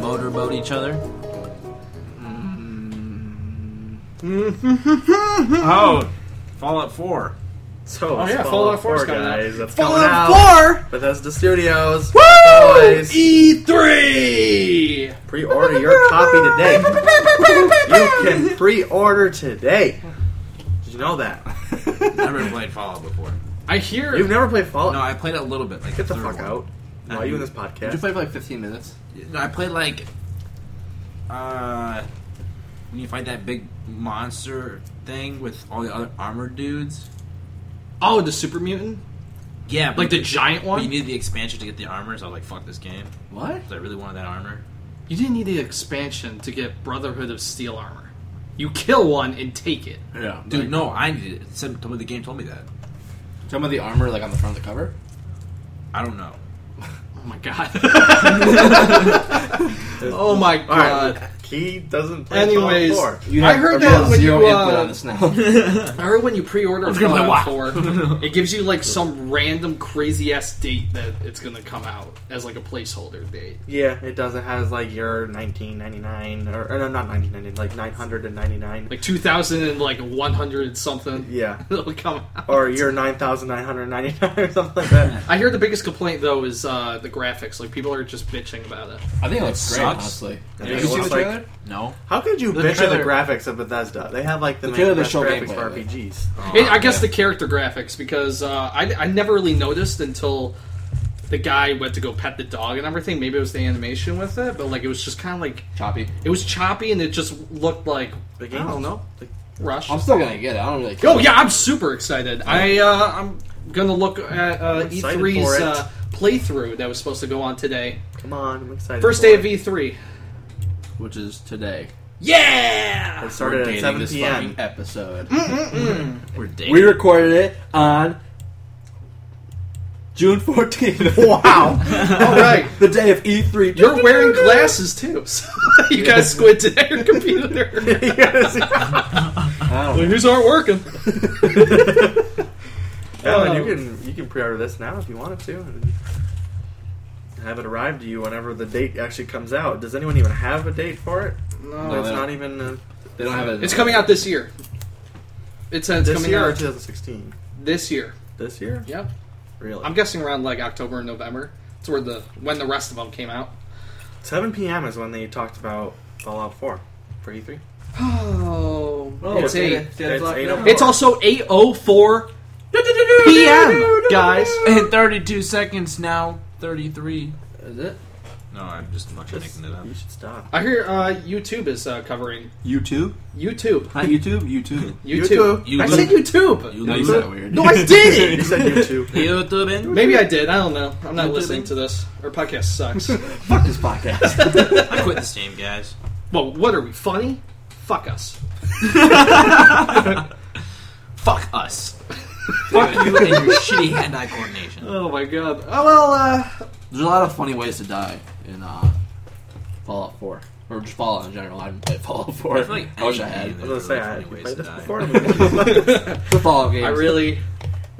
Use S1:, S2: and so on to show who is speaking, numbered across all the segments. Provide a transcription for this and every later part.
S1: motorboat each other?
S2: Mm.
S3: Oh, Fallout 4.
S2: So
S4: Oh,
S2: it's
S4: yeah, Fallout 4 's coming out.
S2: guys. That's coming out.
S4: Fallout 4!
S2: Bethesda Studios.
S4: Woo! E-
S2: Guys,
S4: E3!
S2: pre-order your copy today. you can pre-order today. Did you know that?
S3: Never played Fallout before.
S4: I hear.
S2: You've never played Fallout.
S3: No, I played a little bit. Like
S2: Get the
S3: third
S2: fuck
S3: one.
S2: out. Why are you in this podcast?
S4: Did you play for like 15 minutes?
S3: No, I played like uh when you fight that big monster thing with all the other armored dudes.
S4: Oh, the super mutant?
S3: Yeah,
S4: Like the giant
S3: but you
S4: one?
S3: needed the expansion to get the armor, so I was like, fuck this game.
S4: what?
S3: 'Cause I really wanted that armor.
S4: You didn't need the expansion to get Brotherhood of Steel armor. You kill one and take it.
S2: Yeah,
S3: Dude, no, I needed it. it. Said told me the game told me that.
S5: Talking about the armor, like on the front of the cover.
S3: I don't know.
S4: Oh my god. oh my
S2: All right,
S4: god.
S2: he doesn't play
S4: Anyways,
S2: Fallout 4.
S5: You
S4: I
S5: have
S4: heard
S5: real
S4: that when
S5: zero
S4: you,
S5: input
S4: uh,
S5: on this now.
S4: I heard when you pre-order
S3: gonna play
S4: Fallout 4, it gives you like some random crazy ass date that it's gonna come out as like a placeholder date.
S2: Yeah, it does. It has like year 1999 or, or no, not 1999, like 999.
S4: Like 2000 and like 100 something.
S2: yeah,
S4: It'll come out.
S2: or year 9999 or something like that.
S4: I hear the biggest complaint though is uh, the graphics. Like people are just bitching about it.
S5: I think it looks great,
S3: sucks.
S5: honestly.
S2: Yeah,
S5: Did
S2: it
S5: you see
S2: looks
S5: the
S2: like-
S5: trailer?
S3: No.
S2: How could you
S5: The
S2: bitch at the
S5: trailer-
S2: graphics of Bethesda? They have like the, main
S5: trailer
S2: best
S5: showed
S2: graphics
S5: gameplay
S2: for
S5: of it.
S2: RPGs.
S4: It- I guess
S5: yeah.
S4: the character graphics because uh, I, I never really noticed until the guy went to go pet the dog and everything. Maybe it was the animation with it, but like it was just kind of like
S5: Choppy.
S4: it was choppy and it just looked like
S2: The
S4: I don't
S2: game's-
S4: know
S2: the-
S4: rush.
S5: I'm still gonna get it. I don't really care.
S4: Oh yeah, I'm super excited. I uh, I'm gonna look at uh,
S2: excited
S4: E3's
S2: for it.
S4: uh, playthrough that was supposed to go on today.
S2: Come on, I'm excited.
S4: First
S2: for
S4: day
S2: it.
S4: of E E3.
S5: Which is today.
S4: Yeah.
S2: It started at
S5: Dating
S2: 7
S5: this
S2: p.m.
S5: fucking episode.
S3: We're dating.
S5: We recorded it on June 14th.
S2: Wow.
S4: All right.
S5: the day of E3.
S4: You're wearing glasses too. So you guys squinted at your computer.
S2: You gotta see-
S5: I don't know.
S4: These aren't working.
S2: Alan, you can you can pre-order this now if you wanted to. And have it arrive to you whenever the date actually comes out. Does anyone even have a date for it?
S4: No,
S5: No,
S2: it's
S5: they
S2: not
S5: don't.
S2: even uh,
S5: They don't have it.
S4: it's coming out this year. It's, uh, it's
S2: this
S4: coming
S2: year or
S4: out
S2: 2016.
S4: this year.
S2: This year,
S4: Yep.
S2: really?
S4: I'm guessing around like October and November. It's where the when the rest of them came out.
S2: 7 p.m. is when they talked about Fallout 4 for E3.
S4: Oh, it's
S2: it's
S4: eight.
S2: eight. It's eight o'clock.
S4: It's also eight oh four p.m. guys.
S1: In 32 seconds now, 33.
S5: Is it?
S3: No, I'm just fucking making it up.
S2: You should stop.
S4: I hear uh, YouTube is uh, covering
S5: YouTube?
S4: YouTube.
S5: Not YouTube? YouTube.
S4: YouTube.
S3: You
S4: I
S3: look-
S4: said YouTube.
S3: You
S5: No, you
S3: lose
S5: said it
S3: it.
S5: weird.
S4: No, I
S2: You
S4: did.
S2: said YouTube.
S1: YouTube.
S4: Maybe I did. I don't know. I'm not
S1: YouTube.
S4: listening to this. Our podcast sucks.
S5: Fuck this podcast.
S3: I quit this game, guys.
S4: well, what are we funny? Fuck us.
S1: Fuck us. Fuck you and your shitty hand-eye coordination.
S4: Oh my god. Oh well. Uh,
S5: There's a lot of funny ways to die in uh, Fallout 4. Or just Fallout in general. I haven't played Fallout 4.
S3: I feel like
S5: wish I
S3: any
S5: had.
S3: game
S2: I
S3: that
S2: was
S3: really
S2: gonna say I
S3: funny
S2: you
S3: ways
S2: played
S3: to
S2: this
S3: die.
S2: before. It's
S5: The Fallout games.
S4: I really,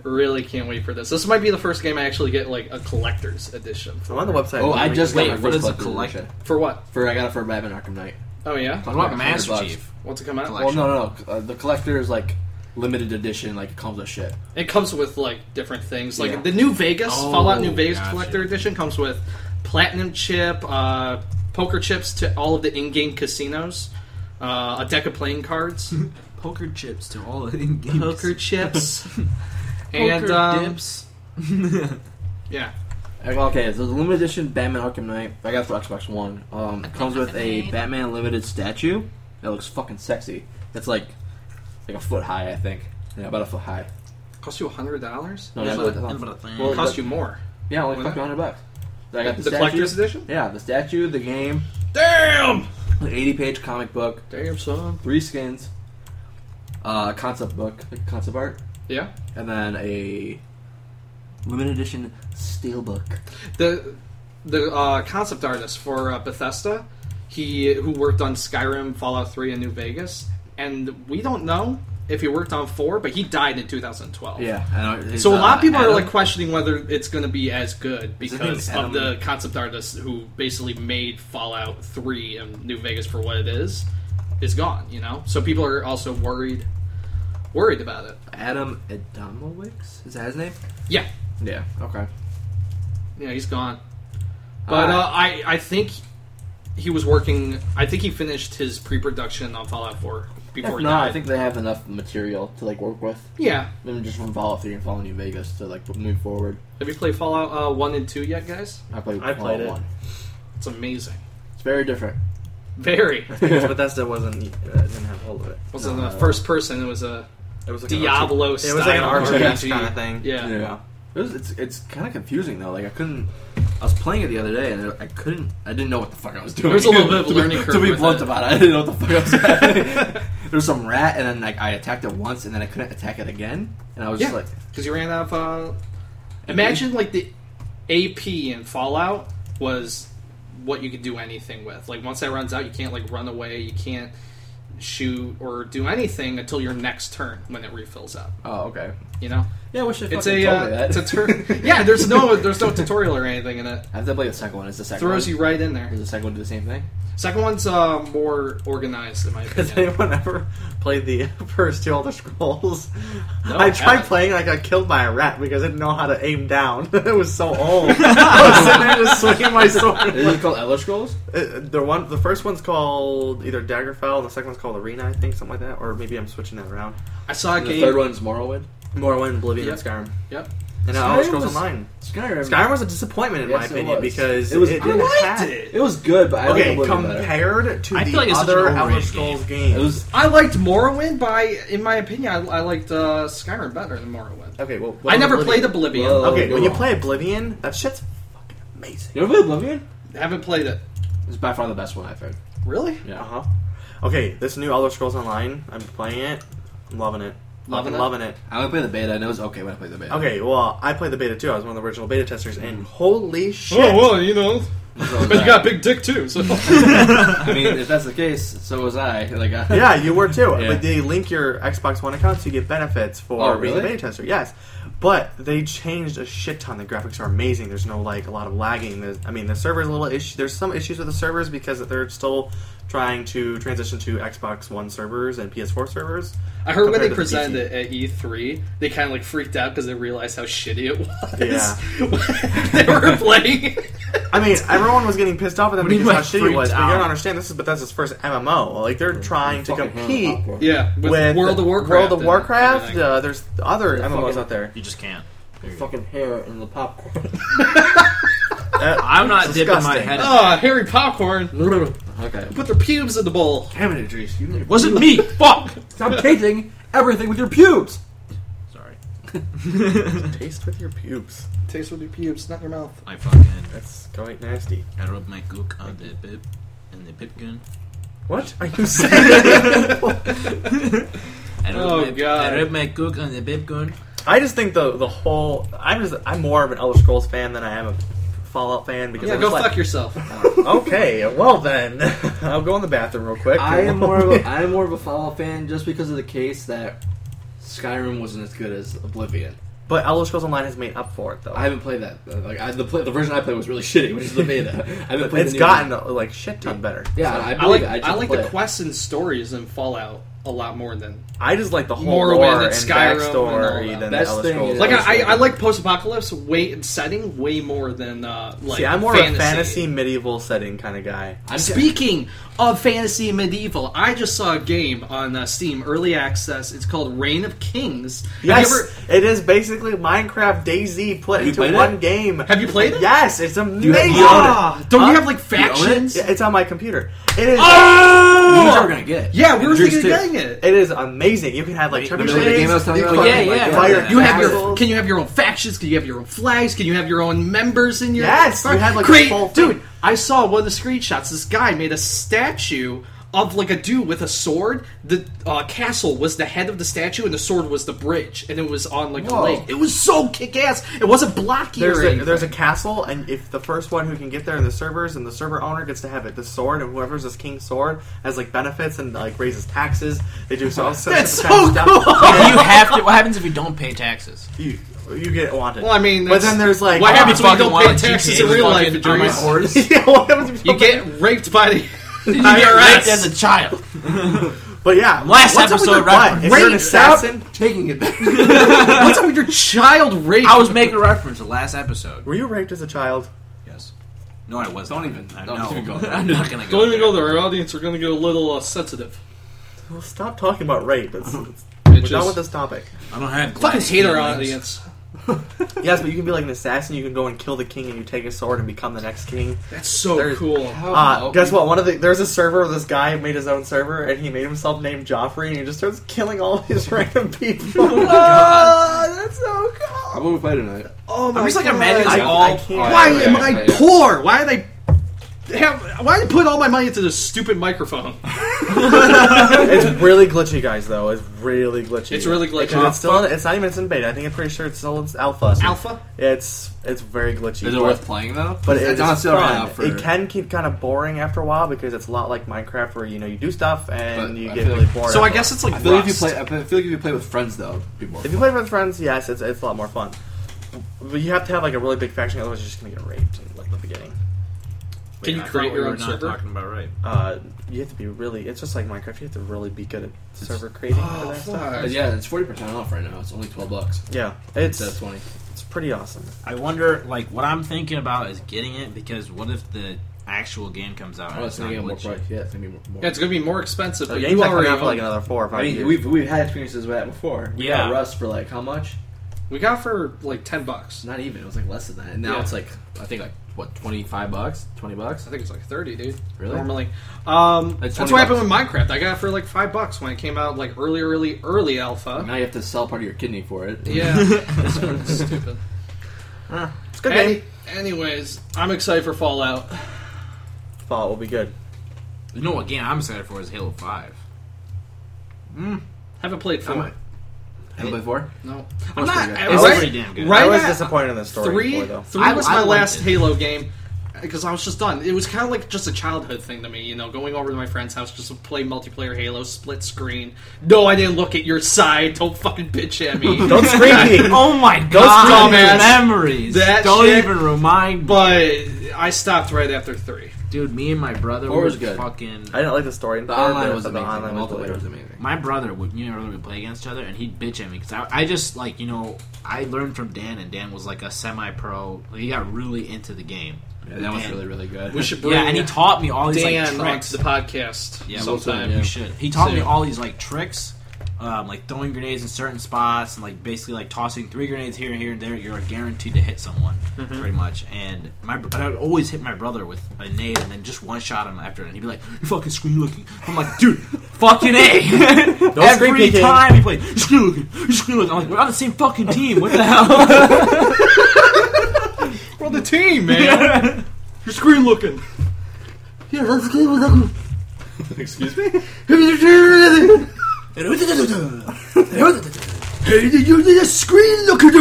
S4: really can't wait for this. This might be the first game I actually get like a collector's edition for.
S2: on the website.
S5: Oh, I just got
S3: Wait,
S5: my
S3: what
S5: first
S3: is a
S5: collector's
S3: collect-
S5: edition.
S4: For what?
S5: For I got it for Batman Arkham Knight.
S4: Oh yeah.
S5: Cost
S3: What
S5: me
S3: about
S5: like 100
S3: Master
S5: bucks.
S3: Chief?
S4: What's it come out?
S3: Collect-
S5: Well, no, no, no. Uh, the collector is like limited edition. Like it comes with shit.
S4: It comes with like different things. Like
S5: Yeah.
S4: the New Vegas
S3: Oh,
S4: Fallout New Vegas
S3: gotcha.
S4: Collector Edition comes with platinum chip, uh, poker chips to all of the in-game casinos, uh, a deck of playing cards,
S1: Poker chips to all the in-game
S4: poker chips, and
S1: and
S4: um,
S1: dips.
S4: yeah.
S5: Like, Okay, so the limited edition Batman Arkham Knight. I got it for Xbox One. Um, it comes with a Batman limited statue that looks fucking sexy. It's like like a foot high, I think. Yeah, about a foot high.
S4: Cost you hundred dollars?
S5: No, that's what-
S4: Well,
S3: Well,
S4: it cost you more.
S5: yeah, only fucking hundred bucks. So I got the,
S4: The
S5: statue.
S4: collector's edition?
S5: Yeah, the statue, the game,
S4: Damn!
S5: an eighty-page comic book,
S4: Damn son.
S5: three skins, uh, concept book, like concept art,
S4: Yeah.
S5: and then a limited edition steel book.
S4: the the uh, concept artist for uh, Bethesda, he who worked on Skyrim, Fallout Three, and New Vegas, and we don't know if he worked on four, but he died in 2012.
S5: Yeah, I know.
S4: So a lot of people
S5: uh, Adam-
S4: are like questioning whether it's going to be as good
S3: his
S4: because
S3: name Adam?
S4: of the concept artist who basically made Fallout 3 and New Vegas for what it is is gone, you know. So people are also worried worried about it.
S5: Adam Adamowicz. Is that his name?
S4: Yeah.
S5: Yeah. Okay.
S4: Yeah, he's gone. But uh, I I think he was working I think he finished his pre-production on Fallout 4 before
S5: If
S4: he
S5: not,
S4: died.
S5: I think they have enough material to like work with.
S4: yeah.
S5: Maybe just from Fallout 3 and Fallout New Vegas to like move forward.
S4: Have you played Fallout uh, 1 and 2 yet, guys?
S5: I played.
S2: I played
S5: Fallout
S2: it.
S5: 1.
S4: It's amazing.
S5: It's very different.
S4: Very.
S2: Because Bethesda wasn't uh, didn't have hold of it.
S4: Wasn't
S5: No.
S4: the first person, it was a
S2: Uh, It was like an
S4: Diablo
S2: RPG. It was like an
S4: style
S2: RPG
S4: RPG.
S2: kind of thing.
S4: Yeah.
S5: Yeah. It was, it's it's kind of confusing though. Like I couldn't. I was playing it the other day and I couldn't. I didn't know what the fuck I was doing.
S4: There's a little bit of a
S5: To be-
S4: learning curve
S5: To be
S4: with
S5: blunt
S4: it.
S5: about it, I didn't know what the fuck I was. doing. There's some rat and then like I attacked it once and then I couldn't attack it again and I was
S4: Yeah.
S5: just like,
S4: Because you ran out of. Uh, imagine like the AP in Fallout was what you could do anything with. Like once that runs out, you can't like run away. You can't shoot or do anything until your next turn when it refills up.
S5: oh okay.
S4: You know,
S5: Yeah, I wish I
S4: it's
S5: fucking
S4: a
S5: told me
S4: uh,
S5: that.
S4: it's a turn. yeah, there's no there's no tutorial or anything in it.
S5: I have to play the second one. Is the second
S4: Throws
S5: one,
S4: you right in there.
S5: Does the second one do the same thing?
S4: Second one's uh, more organized in my
S2: Has
S4: opinion.
S2: anyone ever played the first two Elder Scrolls?
S4: No, I
S2: I tried
S4: haven't.
S2: playing, I got killed by a rat because I didn't know how to aim down. it was so old. I was sitting there just swinging my sword.
S5: Is it called Elder Scrolls?
S2: Uh, the one, the first one's called either Daggerfell, and the second one's called Arena, I think, something like that, or maybe I'm switching that around.
S4: I saw a
S5: And the
S4: game.
S5: third one's Morrowind.
S2: Morrowind, Oblivion,
S4: Yep.
S2: and Skyrim,
S4: Yep.
S2: and now Elder
S5: Skyrim
S2: Scrolls
S5: was-
S2: Online.
S5: Skyrim.
S2: Skyrim was a disappointment in
S5: Yes,
S2: my
S5: it
S2: opinion
S5: was.
S2: because
S5: It was- I
S2: didn't
S5: liked
S2: have-
S5: It was good, but I
S2: Okay,
S5: think Oblivion better.
S2: compared to
S1: I
S2: the
S1: feel like it's such an
S2: other Elder
S1: overrated
S2: Scrolls
S5: It
S2: games.
S5: was.
S4: I liked Morrowind by, in my opinion, I, I liked uh, Skyrim better than Morrowind.
S2: Okay, well,
S4: I never played
S2: Oblivion-
S4: Oblivion.
S5: Well,
S2: Okay,
S5: you're
S2: when you
S5: wrong.
S2: play Oblivion, that shit's fucking amazing.
S5: You ever play Oblivion?
S4: Haven't played it.
S5: It's by far the best one I've heard.
S4: Really?
S5: Yeah.
S2: Uh huh. Okay, this new Elder Scrolls Online, I'm playing it. I'm loving it.
S4: Loving
S2: Loving,
S4: it?
S2: loving it.
S5: I only played the beta, and it was okay when I played the beta.
S2: Okay, well, I played the beta too. I was one of the original beta testers,
S5: Mm.
S2: and holy shit!
S4: Oh, you know,
S5: So was I.
S4: big dick too. So
S5: I mean, if that's the case, so was I. Like, I,
S2: yeah, you were too.
S5: Yeah.
S2: But they link your Xbox One account so you get benefits for
S5: Oh,
S2: being a
S5: really?
S2: beta tester. Yes, but they changed a shit ton. The graphics are amazing. There's no like a lot of lagging. There's, I mean, the server's a little issue. There's some issues with the servers because they're still trying to transition to Xbox One servers and PS4 servers.
S4: I heard when
S2: compared
S4: they
S2: to the
S4: presented
S2: PC.
S4: it at E3, they kind of like freaked out because they realized how shitty it was.
S2: Yeah.
S4: they were playing.
S2: I mean, everyone was getting pissed off at them
S3: do you
S2: because how
S3: mean
S2: shitty it was.
S3: freaked
S2: But you
S3: out?
S2: don't understand. This is Bethesda's first MMO. Like they're trying to
S5: Fucking
S2: compete
S5: Halo Hawk.
S4: yeah, with,
S2: with
S4: World of Warcraft.
S2: World of
S4: and
S2: Warcraft.
S4: everything.
S2: Uh, there's other
S5: The
S2: MMOs
S5: fucking-
S2: out there.
S3: You just can't.
S5: Fucking hair in the popcorn.
S2: Uh,
S1: I'm not dipping my
S2: Disgusting.
S3: head. in-
S4: Ah, Harry Popcorn.
S5: okay.
S4: Put their pubes in the bowl.
S5: Damn it, Idris. You
S1: Wasn't me. Fuck.
S5: Stop taking everything with your pubes.
S3: Sorry.
S2: taste with your pubes.
S4: Taste with your pubes, not your mouth.
S3: I fucking.
S2: That's quite nasty.
S3: I rub my gook on the bib and the pip gun.
S2: What are you saying?
S3: I rub
S4: Oh,
S3: my,
S4: God.
S3: I rub my gook on the bib gun.
S2: I just think the the whole. I'm just. I'm more of an Elder Scrolls fan than I am a Fallout fan because.
S4: Yeah,
S2: I
S4: go
S2: was like-
S4: fuck yourself.
S2: Okay, well then, I'll go in the bathroom real quick.
S5: I am more of a, I am more of a Fallout fan just because of the case that Skyrim wasn't as good as Oblivion.
S2: but Elder Scrolls Online has made up for it though.
S5: I haven't played that. uh, Like I, the play, the version I played was really shitty, which is the beta. I haven't played.
S2: it's
S5: the new
S2: gotten
S5: one.
S2: like shit ton better.
S5: Yeah,
S2: So,
S5: I,
S4: I
S5: believe
S4: like
S5: it. I,
S4: I,
S5: just
S4: like
S5: play
S4: the
S5: it.
S4: quests and stories in Fallout a lot more than
S2: I just like the whole
S4: Morrowind
S2: lore
S4: and
S2: and,
S4: Skyrim
S2: backstory
S4: and all that.
S2: than
S5: Best
S2: the Elder
S5: thing
S2: Scrolls.
S5: is-
S4: like
S5: Yeah,
S4: I, I,
S5: sure.
S4: I like post apocalypse way setting way more than uh like
S2: See, I'm more
S4: fantasy.
S2: of a fantasy medieval setting kind of guy.
S5: I'm
S4: Speaking of fantasy and medieval, I just saw a game on uh, Steam early access. It's called Reign of Kings.
S2: Yes,
S4: Have you, ever,
S2: it is basically Minecraft DayZ put
S5: you
S2: into
S5: played
S2: one
S5: it?
S2: game.
S4: have you played it?
S2: Yes, it's
S5: you have
S2: amazing.
S5: you own it?
S4: Ah, don't
S2: Huh?
S4: you have like
S5: own it?
S4: factions?
S2: Yeah, It's on my computer. It is.
S5: You guys are gonna get it.
S4: Yeah, we were
S5: Idris
S4: thinking
S5: too.
S4: of getting it.
S2: It is amazing. You can have like
S3: Wait,
S2: turkey
S5: Remember the game I was
S2: legs.
S5: telling you
S2: you
S5: about?
S2: can-
S1: Yeah,
S5: Like,
S1: yeah.
S5: fire-
S2: Oh, Yeah.
S4: You have your
S2: Assholes.
S4: can you have your own factions? Can you have your own flags? Can you have your own members in your
S2: Yes, you had, like, a
S4: Great-
S2: full thing.
S4: dude. I saw one of the screenshots. This guy made a statue of like a dude with a sword. The uh, castle was the head of the statue, and the sword was the bridge, and it was on like
S5: Whoa.
S4: a lake. It was so kick ass. It wasn't blocky.
S2: There's
S4: or
S2: a,
S4: anything.
S2: there's a castle, and if the first one who can get there, and the servers, and the server owner gets to have it, the sword, and whoever's this king's sword has like benefits and like raises taxes. They do so. all sorts
S4: That's
S2: of kinds of
S4: so
S2: stuff.
S3: Oh.
S4: cool!
S2: And
S1: you have to. What happens if you don't pay taxes?
S2: You, you get wanted.
S4: Well, I mean,
S2: but
S4: that's-
S2: then there's like
S4: what
S1: I
S4: happens when you
S1: fucking
S4: don't pay
S1: want
S4: taxes
S1: GTA
S4: in real life?
S1: fucking on my
S4: Idris?
S1: horse.
S2: yeah, what happens if
S4: You get raped by the
S1: You get raped as
S4: IRS.
S1: a child.
S2: But yeah,
S1: Last
S2: what's up with
S1: episode
S2: your butt?
S1: reference.
S2: If you're an
S4: Rape,
S2: assassin,
S5: Taking it back.
S4: What's up with your child rape?
S1: I was making a reference to last episode.
S2: were you raped as a child?
S1: Yes. No, I wasn't.
S5: Don't even-
S1: I
S5: don't
S1: know.
S5: even go there.
S1: I'm not gonna go.
S4: Don't even
S1: there.
S4: go there. Our audience are going to get a little uh, sensitive.
S2: Well, stop talking about rape. It's, it's, we're
S4: Bitches.
S2: done with this topic.
S3: I don't have
S4: Fucking
S3: glass
S4: hate our
S3: ceilings.
S4: audience.
S2: Yes, but you can be like an assassin. You can go and kill the king, and you take a sword and become the next king.
S4: That's so
S2: There's-
S4: cool.
S2: Uh, Guess what? One of the there's a server. This guy made his own server, and he made himself named Joffrey, and he just starts killing all his random people. oh, that's so
S5: How
S2: cool.
S5: about we play tonight?
S4: Oh my
S1: I'm just like
S4: God.
S1: imagining
S2: I-
S1: like
S2: I
S1: all.
S2: can't.
S4: Why
S5: Yeah,
S4: am
S5: yeah,
S4: I
S5: yeah.
S4: poor? Why did I have? Why did I put all my money into this stupid microphone?
S2: it's really glitchy, guys. Though it's really glitchy.
S4: It's really glitchy.
S2: Because It's still it's not even it's in beta. I think I'm pretty sure it's still it's alpha. so
S4: Alpha.
S2: It's it's very glitchy.
S5: Is it
S2: but-
S5: worth playing though?
S2: But it's,
S5: on
S2: it's
S5: sale right now
S2: fun.
S5: for.
S2: It can get kind of boring after a while because it's a lot like Minecraft, where you know you do stuff and
S5: But
S2: you
S5: I
S2: get
S5: feel
S2: really
S5: like-
S2: bored.
S4: So I
S2: after a
S4: guess it's like
S5: I feel like if you
S4: Rust.
S5: play, I feel like if you play with friends though, it'd be more.
S2: If you play with friends, yes, it's, it's a lot more fun. But you have to have like a really big faction, otherwise you're just gonna get raped in like the beginning.
S3: Wait,
S4: Can you
S3: I thought
S4: create
S3: we
S4: your
S3: were
S4: own
S3: not
S4: server?
S3: Talking about right.
S2: Uh, you have to be really. It's just like Minecraft. You have to really be good at server creating for
S4: Oh,
S2: that
S4: fuck.
S2: stuff.
S5: Uh, yeah, it's forty percent off right now. It's only twelve bucks
S2: Yeah, it's
S5: instead of twenty.
S2: it's pretty awesome.
S3: I wonder, like, what I'm thinking about is getting it because what if the actual game comes out?
S5: Oh,
S3: and
S5: it's gonna get more price. Yeah, it's gonna be more. more.
S4: Yeah, it's gonna be more expensive.
S2: The
S4: but
S2: game's
S4: you
S2: not coming
S4: already
S2: out for
S4: own-
S2: like another four or five
S5: I mean,
S2: years.
S5: we've we've had experiences with that before. We
S3: Yeah.
S5: got Rust for like how much?
S4: we got it for like ten bucks.
S5: Not even. It was like less than that. And now
S4: Yeah.
S5: it's like I think like what twenty five bucks, twenty bucks.
S4: I think it's like thirty, dude.
S5: Really?
S4: Normally, um,
S5: Like
S4: that's
S5: 20
S4: what happened with Minecraft. I got it for like five bucks when it came out, like early, early, early alpha.
S5: Now you have to sell part of your kidney for it.
S4: Yeah, That's fucking stupid.
S2: it's a good
S4: Any-
S2: game.
S4: anyways, I'm excited for Fallout.
S2: Fallout will be good.
S3: You know what game I'm excited for is Halo Five.
S4: Haven't played
S5: How
S4: four.
S5: much? Have you played four?
S4: No,
S5: was
S4: I'm not.
S5: pretty good.
S4: I-
S5: It
S3: was
S4: right-
S3: pretty damn good.
S4: Right
S2: I was
S4: now-
S2: disappointed in the story
S4: three,
S2: before though.
S4: three
S3: I-
S4: was
S3: I
S4: my
S3: liked
S4: last
S3: it.
S4: Halo game because I was just done. It was kind of like just a childhood thing to me, you know, going over to my friend's house just to play multiplayer Halo, split screen. No, I didn't look at your side. Don't fucking bitch at me.
S2: Don't scream at me.
S1: Oh my
S4: God,
S1: god!
S4: dumbass.
S1: Memories.
S4: That
S1: Don't
S4: shit-
S1: even remind. me.
S4: But I stopped right after three.
S3: Dude, me and my brother
S5: Four
S3: were
S5: was good.
S3: fucking.
S2: I didn't like the story. in
S5: The
S2: part,
S5: online
S2: but
S5: was
S2: the
S5: amazing.
S2: online
S5: the
S2: was really
S5: multiplayer was
S2: good.
S5: amazing.
S3: My brother would, you know, we would play against each other, and he'd bitch at me because I, I just like, you know, I learned from Dan, and Dan was like a semi-pro. Like, he got really into the game.
S5: Yeah, that was
S3: Dan.
S5: really really good.
S4: We should bring
S3: Oh, Yeah, and he taught me all these
S4: Dan
S3: like tricks.
S4: onto the podcast
S3: Yeah, we'll
S4: sometime.
S5: do it,
S3: You
S5: yeah.
S3: should. He taught me
S4: Soon.
S3: all these like tricks, um, like throwing grenades in certain spots and like basically like tossing three grenades here and here and there. You're guaranteed to hit someone,
S5: Mm-hmm.
S3: pretty much. And my but I would always hit my brother with a nade and then just one shot him after, it. and he'd be like, "You fucking screen looking." I'm like, "Dude, fucking a!"
S2: screen
S3: Every
S2: peeking.
S3: time he played, "You screen looking, you screen looking." I'm like, "We're on the same fucking team. What the hell?"
S4: We're on the team, man. You're screen looking.
S5: yeah, let's go.
S2: Excuse me.
S5: screen look at the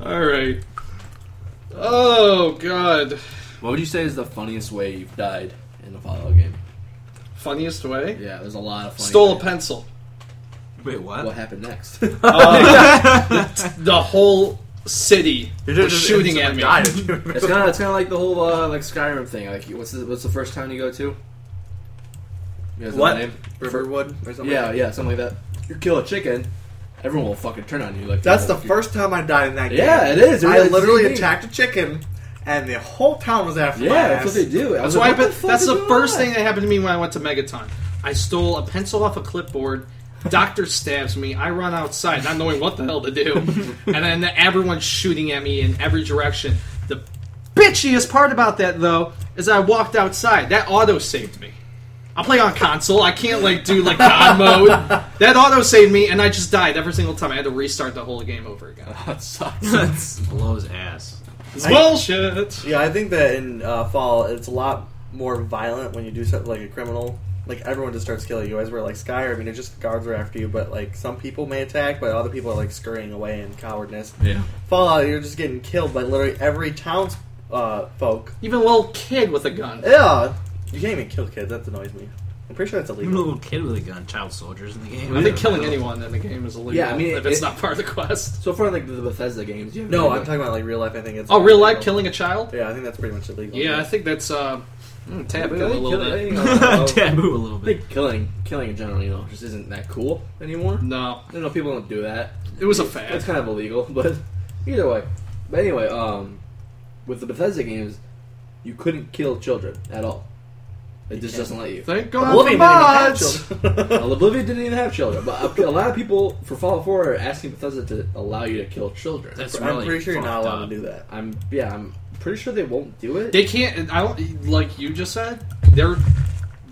S4: All right. Oh god.
S5: What would you say is the funniest way you've died in a Fallout game?
S4: Funniest way.
S5: Yeah, there's a lot of funny.
S4: Stole a
S5: ways.
S4: pencil.
S3: Wait,
S5: What happened next?
S2: Oh,
S4: Uh, the whole city was shooting at me.
S5: It's kind of it's kind of like the whole uh, like Skyrim thing. Like, what's the, what's the first town you go to? You guys know
S2: What?
S5: the name?
S2: Riverwood or something.
S5: Yeah, yeah, something like that. You kill a chicken, everyone will fucking turn on you. Like
S2: That's
S5: they'll-
S2: the first time I died in that game.
S5: Yeah, it is. It
S2: I
S5: really-
S2: literally
S5: it's
S2: attacked a chicken, and the whole town was after
S5: Yeah,
S2: my ass.
S5: that's what they do. I was
S4: That's why. I
S5: like, what
S4: bet,
S5: fuck
S4: that's
S5: is
S4: the
S5: going
S4: first
S5: on?
S4: thing that happened to me when I went to Megaton. I stole a pencil off a clipboard. Doctor stabs me. I run outside, not knowing what the hell to do, and then everyone's shooting at me in every direction. The bitchiest part about that, though, is I walked outside. That auto saved me. I play on console. I can't like do like God mode. That auto saved me, and I just died every single time. I had to restart the whole game over again.
S5: That sucks.
S3: That's blows ass.
S4: It's bullshit.
S2: Yeah, I think that in uh, fall it's a lot more violent when you do something like a criminal. Like everyone just starts killing you. As we're like Skyrim, I mean, it's just the guards are after you, but like some people may attack, but other people are like scurrying away in cowardness.
S5: Yeah.
S2: Fallout, you're just getting killed by literally every town's uh, folk.
S4: Even a little kid with a gun.
S2: Yeah, you can't even kill kids. That annoys me. I'm pretty sure that's
S3: Even a
S2: illegal.
S3: little kid with a gun, child soldiers in the game.
S4: I think killing anyone in the game is illegal
S5: Yeah, I mean,
S4: if it's
S5: it-
S4: not part of the quest.
S5: So far, like the Bethesda games. You have
S2: No,
S5: any,
S2: I'm talking about like real life. I think it's
S4: Oh, real life
S2: illegal.
S4: killing a child?
S2: Yeah, I think that's pretty much illegal.
S4: Yeah, I think that's uh, mm,
S5: like,
S4: taboo
S5: I
S4: a
S5: think
S4: little bit.
S5: killing- I think, uh,
S3: Taboo a little
S5: I
S3: bit.
S5: think killing, killing in general, you know, just isn't that cool anymore.
S4: No,
S5: I don't know. People don't do that.
S4: it was a
S5: That's
S4: fad.
S5: kind of illegal, but either way. But anyway, um, with the Bethesda games, you couldn't kill children at all. It just doesn't let you.
S4: Thank God
S2: Oblivion
S4: for
S2: didn't even have
S4: mods.
S2: children.
S5: Well, Oblivion didn't even have children, but a a lot of people for Fallout 4 are asking Bethesda to allow you to kill children.
S3: That's
S2: I'm
S3: really
S2: pretty sure you're not
S3: fucked
S2: allowed
S3: up.
S2: to do that.
S5: I'm yeah, I'm pretty sure they won't do it.
S4: They can't. I don't like you just said. They're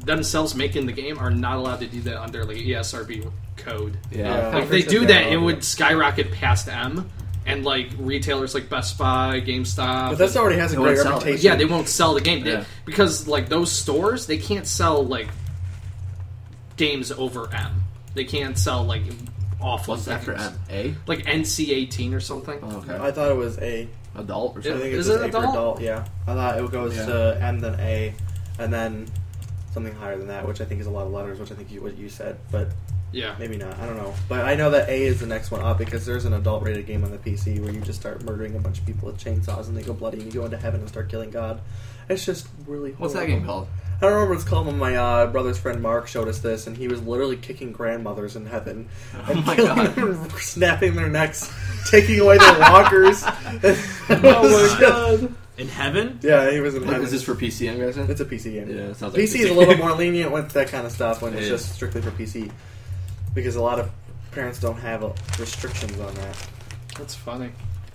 S4: themselves making the game are not allowed to do that under like E ESRB code.
S5: yeah,
S2: Yeah.
S4: Like, if they do
S2: Yeah.
S4: that, it would skyrocket past M, and like retailers like Best Buy, GameStop.
S2: But that's already has a
S5: They
S2: great
S5: won't sell it.
S2: reputation.
S4: yeah, they won't sell the game They-
S5: Yeah.
S4: because like those stores, they can't sell like games over M. They can't sell like awful.
S5: what's after
S4: things.
S5: M? A
S4: Like NC eighteen or something.
S5: oh, okay,
S2: I thought it was a.
S5: adult or
S2: I
S5: something.
S2: think it's
S4: Is it
S2: just A for
S4: adult?
S2: adult. Yeah, I thought it goes
S5: Yeah.
S2: to M then A, and then something higher than that, which I think is a lot of letters, which I think you what you said, but
S4: Yeah.
S2: maybe not. I don't know. But I know that A is the next one up because there's an adult rated game on the PC where you just start murdering a bunch of people with chainsaws and they go bloody and you go into heaven and start killing God. It's just really.
S5: What's that
S2: horrible.
S5: game called?
S2: I don't remember what it's called, but my uh, brother's friend Mark showed us this, and he was literally kicking grandmothers in heaven and
S5: my
S2: killing
S5: God.
S2: them, snapping their necks, taking away their walkers.
S3: my God. In heaven?
S2: Yeah, he was in
S5: Like,
S2: heaven.
S5: is this for PC? I'm guessing.
S2: It's a PC game.
S5: Yeah, it sounds like
S2: PC is a little more lenient with that kind of stuff when it's
S5: Yeah.
S2: just strictly for PC, because a lot of parents don't have uh, restrictions on that.
S4: That's funny.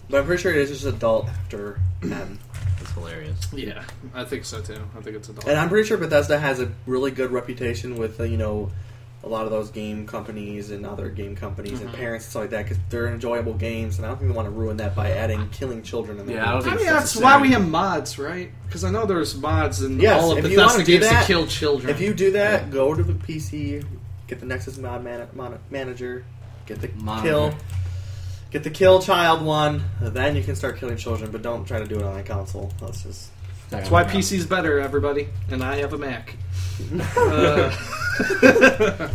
S2: But I'm pretty sure it is just adult after M.
S3: That's hilarious.
S4: Yeah, I think so too. I think it's adult.
S2: And I'm pretty sure Bethesda has a really good reputation with uh, you know a lot of those game companies and other game companies and
S5: Mm-hmm.
S2: parents and stuff like that because they're enjoyable games, and I don't think they want to ruin that by adding killing children in there.
S5: Yeah, I don't
S4: I
S5: think
S4: mean,
S5: it's
S4: that's
S5: necessary.
S4: why we have mods, right? Because I know there's mods in
S2: Yes,
S4: all of
S2: if you
S4: Bethesda
S2: wanna do
S4: games
S2: that-
S4: to kill children.
S2: If you do that, go to the PC, get the Nexus mod man- mon- manager, get the
S5: Monitor.
S2: kill, get the kill child one. Then you can start killing children, but don't try to do it on a console. That's just
S4: that's why PC's better, everybody. And I have a Mac. Uh,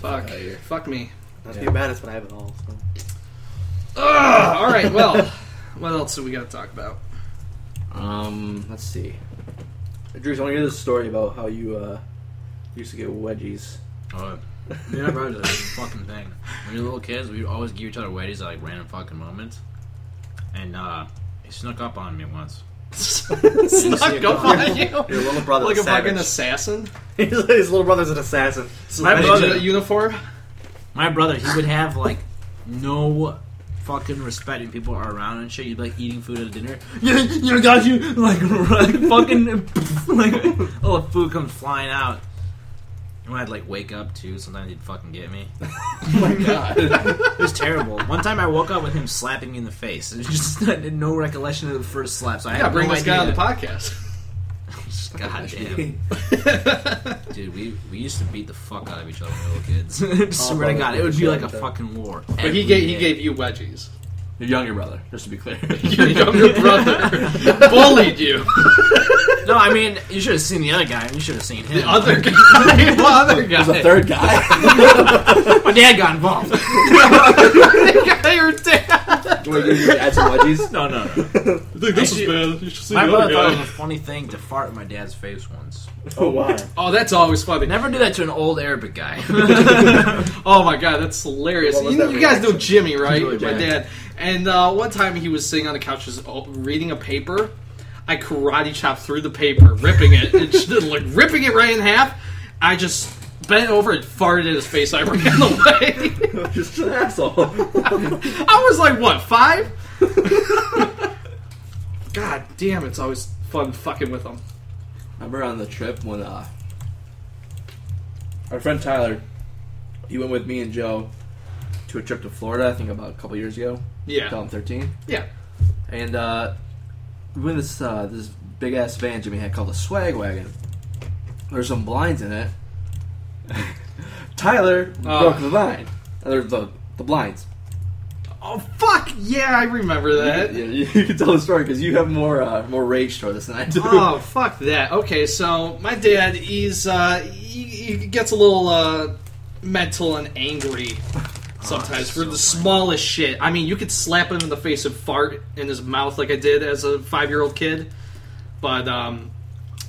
S4: fuck. Fuck me.
S2: that's
S5: Yeah.
S2: the baddest when I have it all. So.
S4: Ugh, all right, well, what else do we got to talk about?
S5: Um, let's see. Drews, I want to hear this story about how you uh used to get wedgies.
S3: Oh, me and my brother did the same fucking thing. When we were little kids, we'd always give each other wedgies at like random fucking moments. And uh, he snuck up on me once.
S4: Snuck
S3: it
S4: up on you?
S2: Your little brother,
S4: Like a fucking
S2: savage.
S4: assassin?
S2: his little brother's an assassin.
S3: My
S4: Ninja
S3: brother-
S4: uniform?
S3: My brother, he would have like no fucking respect when people are around and shit. You'd be like eating food at a dinner. Yeah, you got you like, like fucking like all the food comes flying out. And I'd like wake up too. Sometimes he'd fucking get me. It was terrible. One time I woke up with him slapping me in the face. It was just I had no recollection of the first slap. So I had
S4: Yeah,
S3: to
S4: bring
S3: no
S4: this guy on the
S3: idea.
S4: podcast.
S3: God damn, dude, we we used to beat the fuck out of each other as little kids. Swear to
S2: brother,
S3: God, it would be
S2: sure,
S3: like a
S2: sure.
S3: fucking war.
S4: But he gave, he gave you wedgies.
S5: Your younger brother, just to be clear.
S4: Your younger brother bullied you.
S3: No, I mean you should have seen the other guy. You should have seen him.
S4: The other guy. The other guy.
S5: There's a third guy.
S3: My dad got involved.
S4: guy or dad.
S5: Wait, you used to add some wedgies?
S3: no, no, no.
S4: this
S3: is
S4: bad. You should see
S3: My brother thought it was a funny thing to fart in my dad's face once.
S2: Oh wow!
S4: Oh, that's always funny.
S3: Never do that to an old Arabic guy.
S4: Oh my god, that's hilarious.
S2: What was
S4: You,
S2: that
S4: you guys know
S2: reaction?
S4: Jimmy, right?
S3: Really
S4: My
S3: bad.
S4: dad. And uh, one time he was sitting on the couch just oh, reading a paper. I karate chopped through the paper, ripping it, and just, like ripping it right in half. I just bent over and farted in his face. I ran away.
S5: just an asshole.
S4: I was like, what, five? God damn, it's always fun fucking with them.
S5: remember on the trip when uh, our friend Tyler, he went with me and Joe to a trip to Florida. I think about a couple years ago,
S4: Yeah.
S5: 2013,
S4: Yeah.
S5: and uh, we went in this uh, this big ass van Jimmy had called a swag wagon. There's some blinds in it. Tyler
S4: Oh.
S5: broke the vine. Or the the blinds.
S4: Oh fuck! Yeah, I remember that.
S5: Yeah, you, you can tell the story because you have more uh, more rage toward this than I do.
S4: oh fuck that okay so my dad he's uh he, he gets a little uh mental and angry sometimes for the smallest shit i mean you could slap him in the face and fart in his mouth like i did as a five-year-old kid but um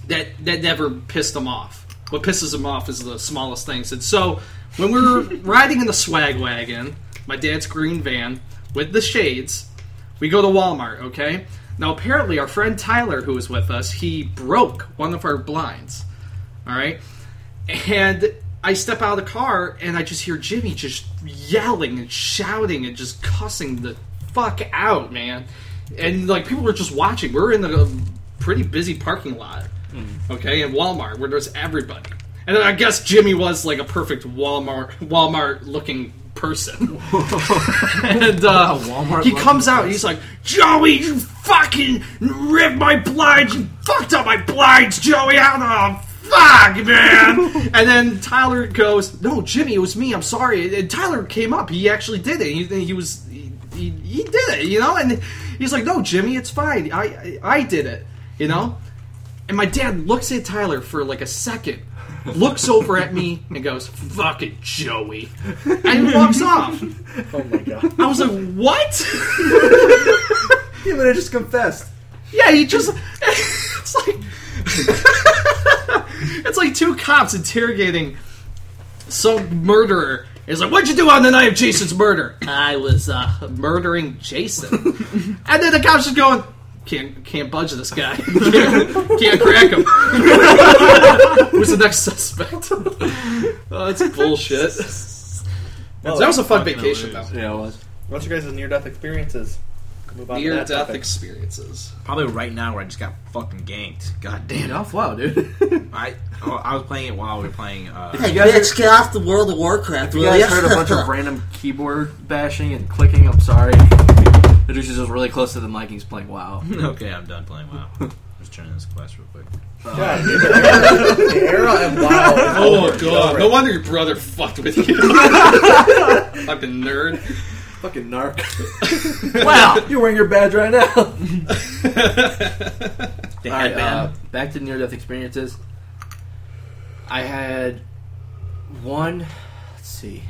S4: that that never pissed him off what pisses him off is the smallest things and so when we were riding in the swag wagon my dad's green van with the shades we go to Walmart, okay? Now, apparently, our friend Tyler, who was with us, he broke one of our blinds, all right? And I step out of the car and I just hear Jimmy just yelling and shouting and just cussing the fuck out, man. And, like, people were just watching. We're in a pretty busy parking lot, okay, in Walmart where there's everybody. And I guess Jimmy was like a perfect Walmart Walmart looking person. and uh,
S3: Walmart
S4: he
S3: looking
S4: comes out and he's like, Joey, you fucking ripped my blinds. You fucked up my blinds, Joey. How the fuck, man? and then Tyler goes, No, Jimmy, it was me. I'm sorry. And Tyler came up. He actually did it. He, he was. He, he, he did it, you know? And he's like, No, Jimmy, it's fine. I, I, I did it, you know? And my dad looks at Tyler for like a second, looks over at me, and goes, "Fuck it, Joey," and walks off.
S5: Oh my god!
S4: I was like, "What?"
S5: yeah, but I just confessed.
S4: yeah, he just. It's like. it's like two cops interrogating some murderer. It's like, what'd you do on the night of Jason's murder? I was uh, murdering Jason. and then the cops just going, can't can't budge this guy. can't, can't crack him. Who's the next suspect? oh, that's bullshit. that was a fun vacation,
S3: hilarious.
S4: though.
S5: Yeah, it was.
S2: What's your guys' near death experiences? Move on to
S4: Near
S2: that
S4: death
S2: topic.
S4: experiences.
S3: Probably right now where I just got fucking ganked. God damn.
S5: Damn, off wow, dude.
S3: I oh, I was playing it while we were playing. Uh,
S5: you guys,
S1: get off the World of Warcraft,
S5: you guys heard a bunch of random keyboard bashing and clicking. I'm sorry. The douche is just really close to the mic. He's playing WoW.
S3: okay, I'm done playing. Wow. Let's turn this quest real quick.
S2: Yeah, dude, the era- the era of WoW. is over.
S4: Oh
S2: It's
S4: god!
S2: over.
S4: No wonder your brother fucked with you. Fucking nerd.
S5: Fucking narc. wow, you're wearing your badge right now.
S3: The
S5: All right,
S3: headband.
S5: uh, back to near death experiences. I had one. Let's see.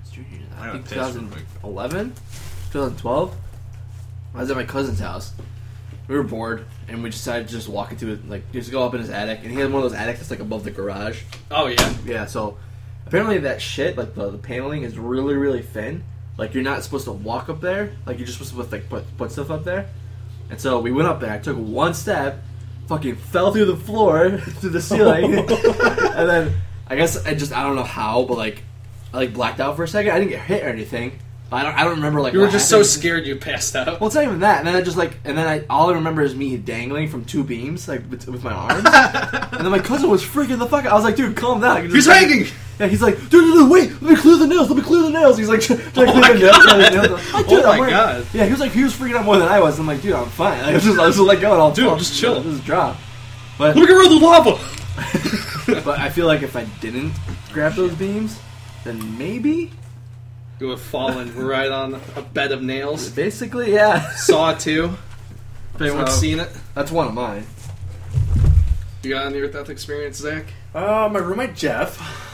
S5: It's junior year,
S3: I
S5: I
S3: gotta
S5: think
S3: piss real quick.
S5: 2011, 2012. I was at my cousin's house. We were bored, and we decided to just walk into it, like just go up in his attic. And he had one of those attics that's like above the garage.
S4: Oh yeah.
S5: Yeah. So apparently that shit, like the, the paneling, is really really thin. Like you're not supposed to walk up there. Like you're just supposed to put, like put put stuff up there. And so we went up there. I took one step, fucking fell through the floor to the ceiling, and then I guess I just I don't know how, but like I like blacked out for a second. I didn't get hit or anything. But I don't I don't remember like
S4: You were
S5: what
S4: just so
S5: happened.
S4: scared you passed out.
S5: Well, it's not even that. And then I just like, and then I all I remember is me dangling from two beams like with, with my arms. and then my cousin was freaking the fuck out. I was like, dude, calm down.
S4: He's hanging.
S5: Yeah, he's like, dude, dude, dude, wait, let me clear the nails, let me clear the nails. He's like, trying to clear the nails. trying to clear the nails. I'm like,
S4: Oh
S5: dude, I'm
S4: my
S5: wearing-
S4: God.
S5: Yeah, he was like, he was freaking out more than I was. I'm like, dude, I'm fine. Like, I was just, I was just like, go and I'll
S4: Dude,
S5: I'll
S4: just chill.
S5: I'll just drop. But
S4: Look around the lava.
S5: but I feel like if I didn't grab those beams, then maybe
S4: You have fallen right on a bed of nails.
S5: basically, yeah,
S4: Saw two. If anyone's
S5: So-
S4: seen it,
S5: that's one of mine.
S4: you got a near death experience, Zach.
S2: Uh, my roommate Jeff.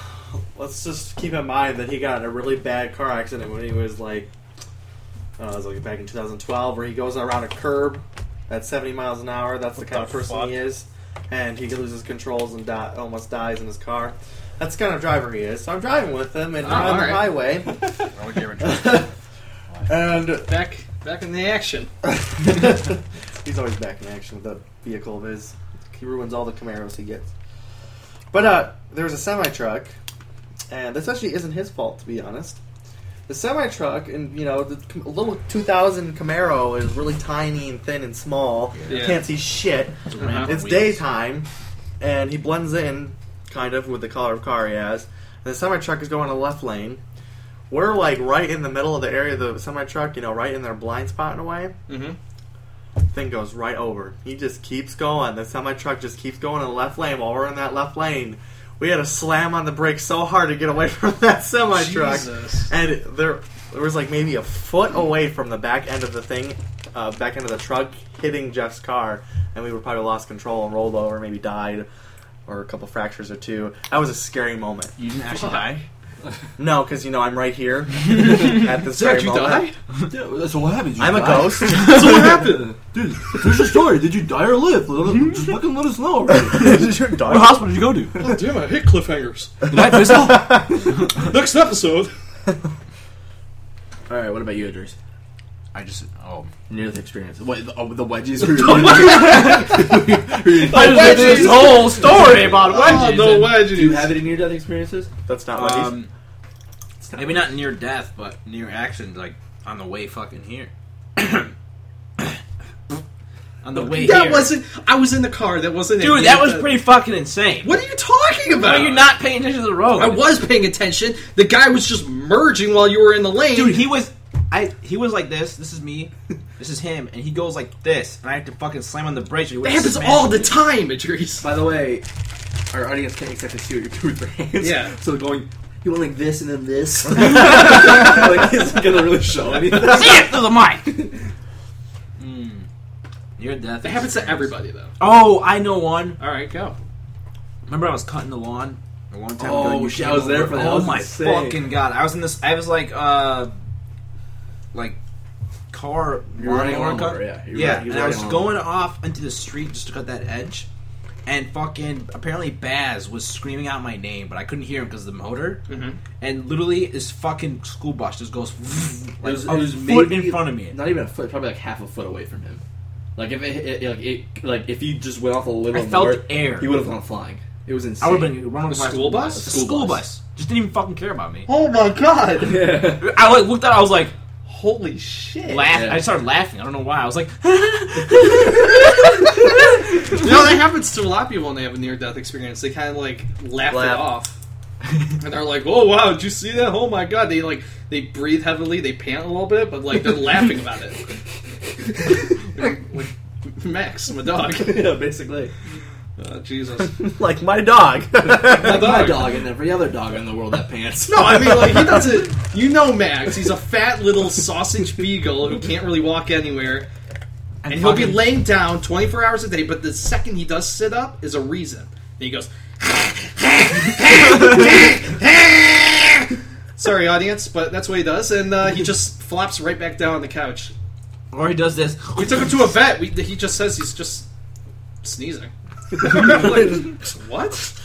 S2: Let's just keep in mind that he got in a really bad car accident when he was like, I don't know, it was like back in 2012, where he goes around a curb at 70 miles an hour. That's the kind of person he is, and he loses controls and die, almost dies in his car. That's the kind of driver he is. So I'm driving with him and
S4: Oh,
S2: we're on
S4: alright.
S2: the highway,
S3: I would never trust
S2: and
S4: Back, back in the action.
S2: He's always back in action with that vehicle of his. He ruins all the Camaros he gets. But uh, there was a semi truck, and this actually isn't his fault, to be honest. The semi truck, and you know, the com- little 2000 Camaro is really tiny and thin and small.
S4: Yeah.
S2: Can't see shit. It's daytime, and he blends in, kind of, with the color of car he has. And the semi truck is going to the left lane. We're like right in the middle of the area of the semi truck, you know, right in their blind spot in a way.
S4: Mm-hmm.
S2: Thing goes right over. He just keeps going. The semi truck just keeps going in the left lane while we're in that left lane. We had to slam on the brake so hard to get away from that semi truck.
S4: Jesus.
S2: And there, there was like maybe a foot away from the back end of the thing, uh, back end of the truck, hitting Jeff's car, and we were probably lost control and rolled over, maybe died, or a couple fractures or two. That was a scary moment.
S3: You didn't actually die.
S2: No, because you know I'm right here at this very
S4: Did you
S2: moment.
S4: die?
S5: Yeah, that's what happens. You
S2: I'm a
S5: die.
S2: ghost.
S5: That's what happened. Dude, there's a story. Did you die or live? Let- let- Just fucking let us know. already.
S2: You're
S1: What
S2: dark.
S1: hospital did you go to?
S4: Oh, damn, I hate cliffhangers.
S1: Did I piss off?
S4: Next episode.
S5: All right, what about you, Idris?
S3: I just oh
S5: Near the experience. What, the, oh, the wedgies? Were you
S1: I just went through this
S4: Wedges.
S1: whole story about
S4: Oh,
S1: wedges.
S4: no
S1: and-
S4: wedges.
S5: Do you have any near-death experiences?
S2: That's not what he's.
S3: um, maybe not near death, but near accident, like on the way fucking here. on the way
S4: That
S3: here.
S4: wasn't. I was in the car. That wasn't. a
S3: Dude, that was
S4: near-death-
S3: pretty fucking insane.
S4: What are you talking
S3: No,
S5: Uh,
S4: about?
S3: you're not paying attention to the road.
S4: I was paying attention. The guy was just merging while you were in the lane.
S3: Dude, he was. I he was like this. This is me. This is him, and he goes like this, and I have to fucking slam on the brakes. or he
S4: that
S3: would've
S4: happens
S3: smashed
S4: all the
S3: me.
S4: time, Idris.
S5: By the way, our audience can't exactly see what you're doing with your hands.
S4: Yeah.
S5: So going, you went like this and then this. like, it's gonna really show anything.
S3: See it through the mic. Mm. Near death.
S4: That happens to
S3: experience.
S4: everybody, though.
S3: Oh, I know one.
S4: All right, go.
S3: Remember, I was cutting the lawn a long time ago.
S5: Oh,
S3: and you
S5: shit, I
S3: came
S5: was there
S3: over?
S5: for that. That
S3: Oh
S5: was
S3: my
S5: insane.
S3: fucking god! I was in this. I was like, uh, like car
S5: You're running
S3: lawnmower
S5: lawnmower,
S3: cut.
S5: yeah. You're
S3: yeah.
S5: right, you're
S3: and I was
S5: running
S3: going off into the street just to cut that edge, and fucking apparently Baz was screaming out my name, but I couldn't hear him because of the motor.
S4: Mhm.
S3: And literally, this fucking school bus just goes like
S5: It was,
S3: a
S5: it was
S3: foot
S5: maybe-
S3: in front of me.
S5: Not even a foot, probably like half a foot away from him. Like if it, it, it- like it, like if you just went off a little
S3: I felt
S5: more,
S3: the air.
S5: He would have gone flying. It was insane.
S3: I would have been running
S4: A
S3: with my
S4: school bus?
S3: A
S4: A
S3: school,
S5: school
S3: bus. Just didn't even fucking care about me.
S4: Oh my god!
S5: Yeah.
S3: I like looked at. it, I was like.
S4: Holy shit!
S3: laugh.
S5: Yeah.
S3: I started laughing. I don't know why. I was like,
S4: You know that happens to a lot of people when they have a near-death experience. They kind of like laugh,
S2: Laugh.
S4: it off, and they're like, "Oh wow, did you see that? Oh my god!" They like they breathe heavily, they pant a little bit, but like they're laughing about it. like, like Max, my dog.
S5: yeah, basically.
S4: Oh, Jesus.
S2: Like my dog.
S5: Like my
S4: dog.
S5: dog and every other dog in the world that pants.
S4: No, I mean like he doesn't. You know Max. He's a fat little sausage beagle who can't really walk anywhere, and he'll be
S3: fucking-
S4: laying down 24 hours a day. But the second he does sit up, is a reason. And he goes. Sorry, audience, but that's what he does, and uh, he just flops right back down on the couch.
S3: or he does this.
S4: We took him to a vet. We, he just says he's just sneezing. Like, what?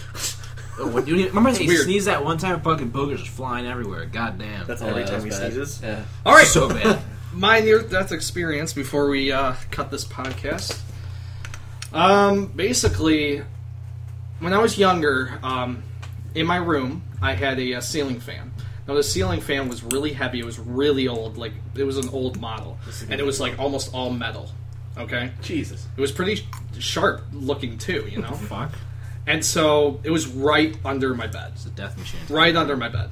S3: Oh, what do you remember that he
S4: weird.
S3: sneezed that one time? Fucking boogers was flying everywhere. God damn.
S2: That's
S5: Yeah,
S2: every
S5: that
S2: time he
S5: was bad.
S2: sneezes.
S5: Yeah.
S4: All right,
S3: so bad.
S4: my near death experience before we uh, cut this podcast. Um, basically, when I was younger, um, in my room, I had a, uh ceiling fan. Now, the ceiling fan was really heavy. It was really old. Like, it was an old model. And it was, like, almost all metal. Okay?
S5: Jesus.
S4: It was pretty sh- sharp looking, too, you know?
S3: Fuck.
S4: and so, it was right under my bed.
S3: It's a death machine.
S4: Right under my bed.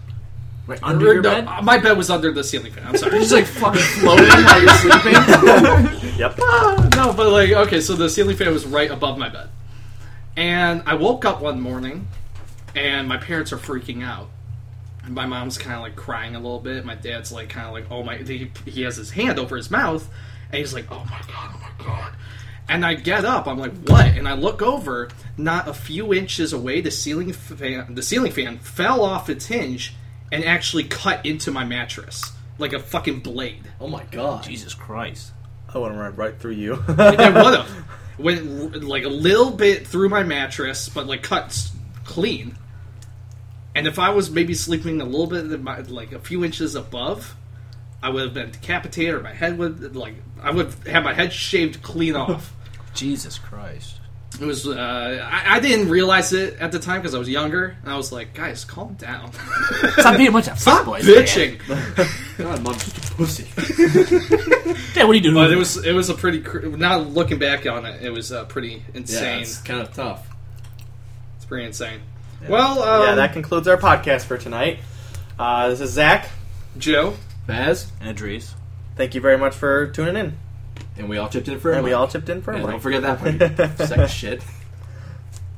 S3: Right under your
S4: No,
S3: bed.
S4: uh, My bed was under the ceiling fan. I'm sorry.
S5: You're just like fucking floating while you're sleeping.
S2: Yep.
S4: No, but like, okay, so the ceiling fan was right above my bed. And I woke up one morning and my parents are freaking out. And my mom's kind of like crying a little bit. My dad's like, kind of like, oh my, he, he has his hand over his mouth. And he's like, oh my God, oh my God. And I get up, I'm like, what? And I look over, not a few inches away, the ceiling fan, the ceiling fan fell off its hinge and actually cut into my mattress like a fucking blade.
S5: Oh my god.
S3: Jesus Christ.
S2: I want to run right through you.
S4: I would have. Went r- like a little bit through my mattress, but like cut s- clean. And if I was maybe sleeping a little bit, in my- like a few inches above, I would have been decapitated, or my head would like I would have had my head shaved clean off.
S3: Jesus Christ.
S4: It was uh, I, I didn't realize it at the time because I was younger, and I was like, guys, calm down,
S1: Stop being a bunch of
S4: stop
S1: fuckboys.
S4: bitching.
S5: God, mom's just a pussy.
S1: Yeah, what are you doing?
S4: But it was it was a pretty cr- now looking back on it, it was uh, pretty
S5: Yeah,
S4: insane.
S5: it's kind of tough.
S4: it's pretty insane. Well, um,
S2: yeah, that concludes our podcast for tonight. Uh, this is Zach.
S4: Joe.
S5: Baz?
S3: And Idris.
S2: Thank you very much for tuning in.
S5: and we all chipped in for him.
S2: And we all chipped in for
S5: Yeah,
S2: him.
S5: don't forget that part. you Sack of shit.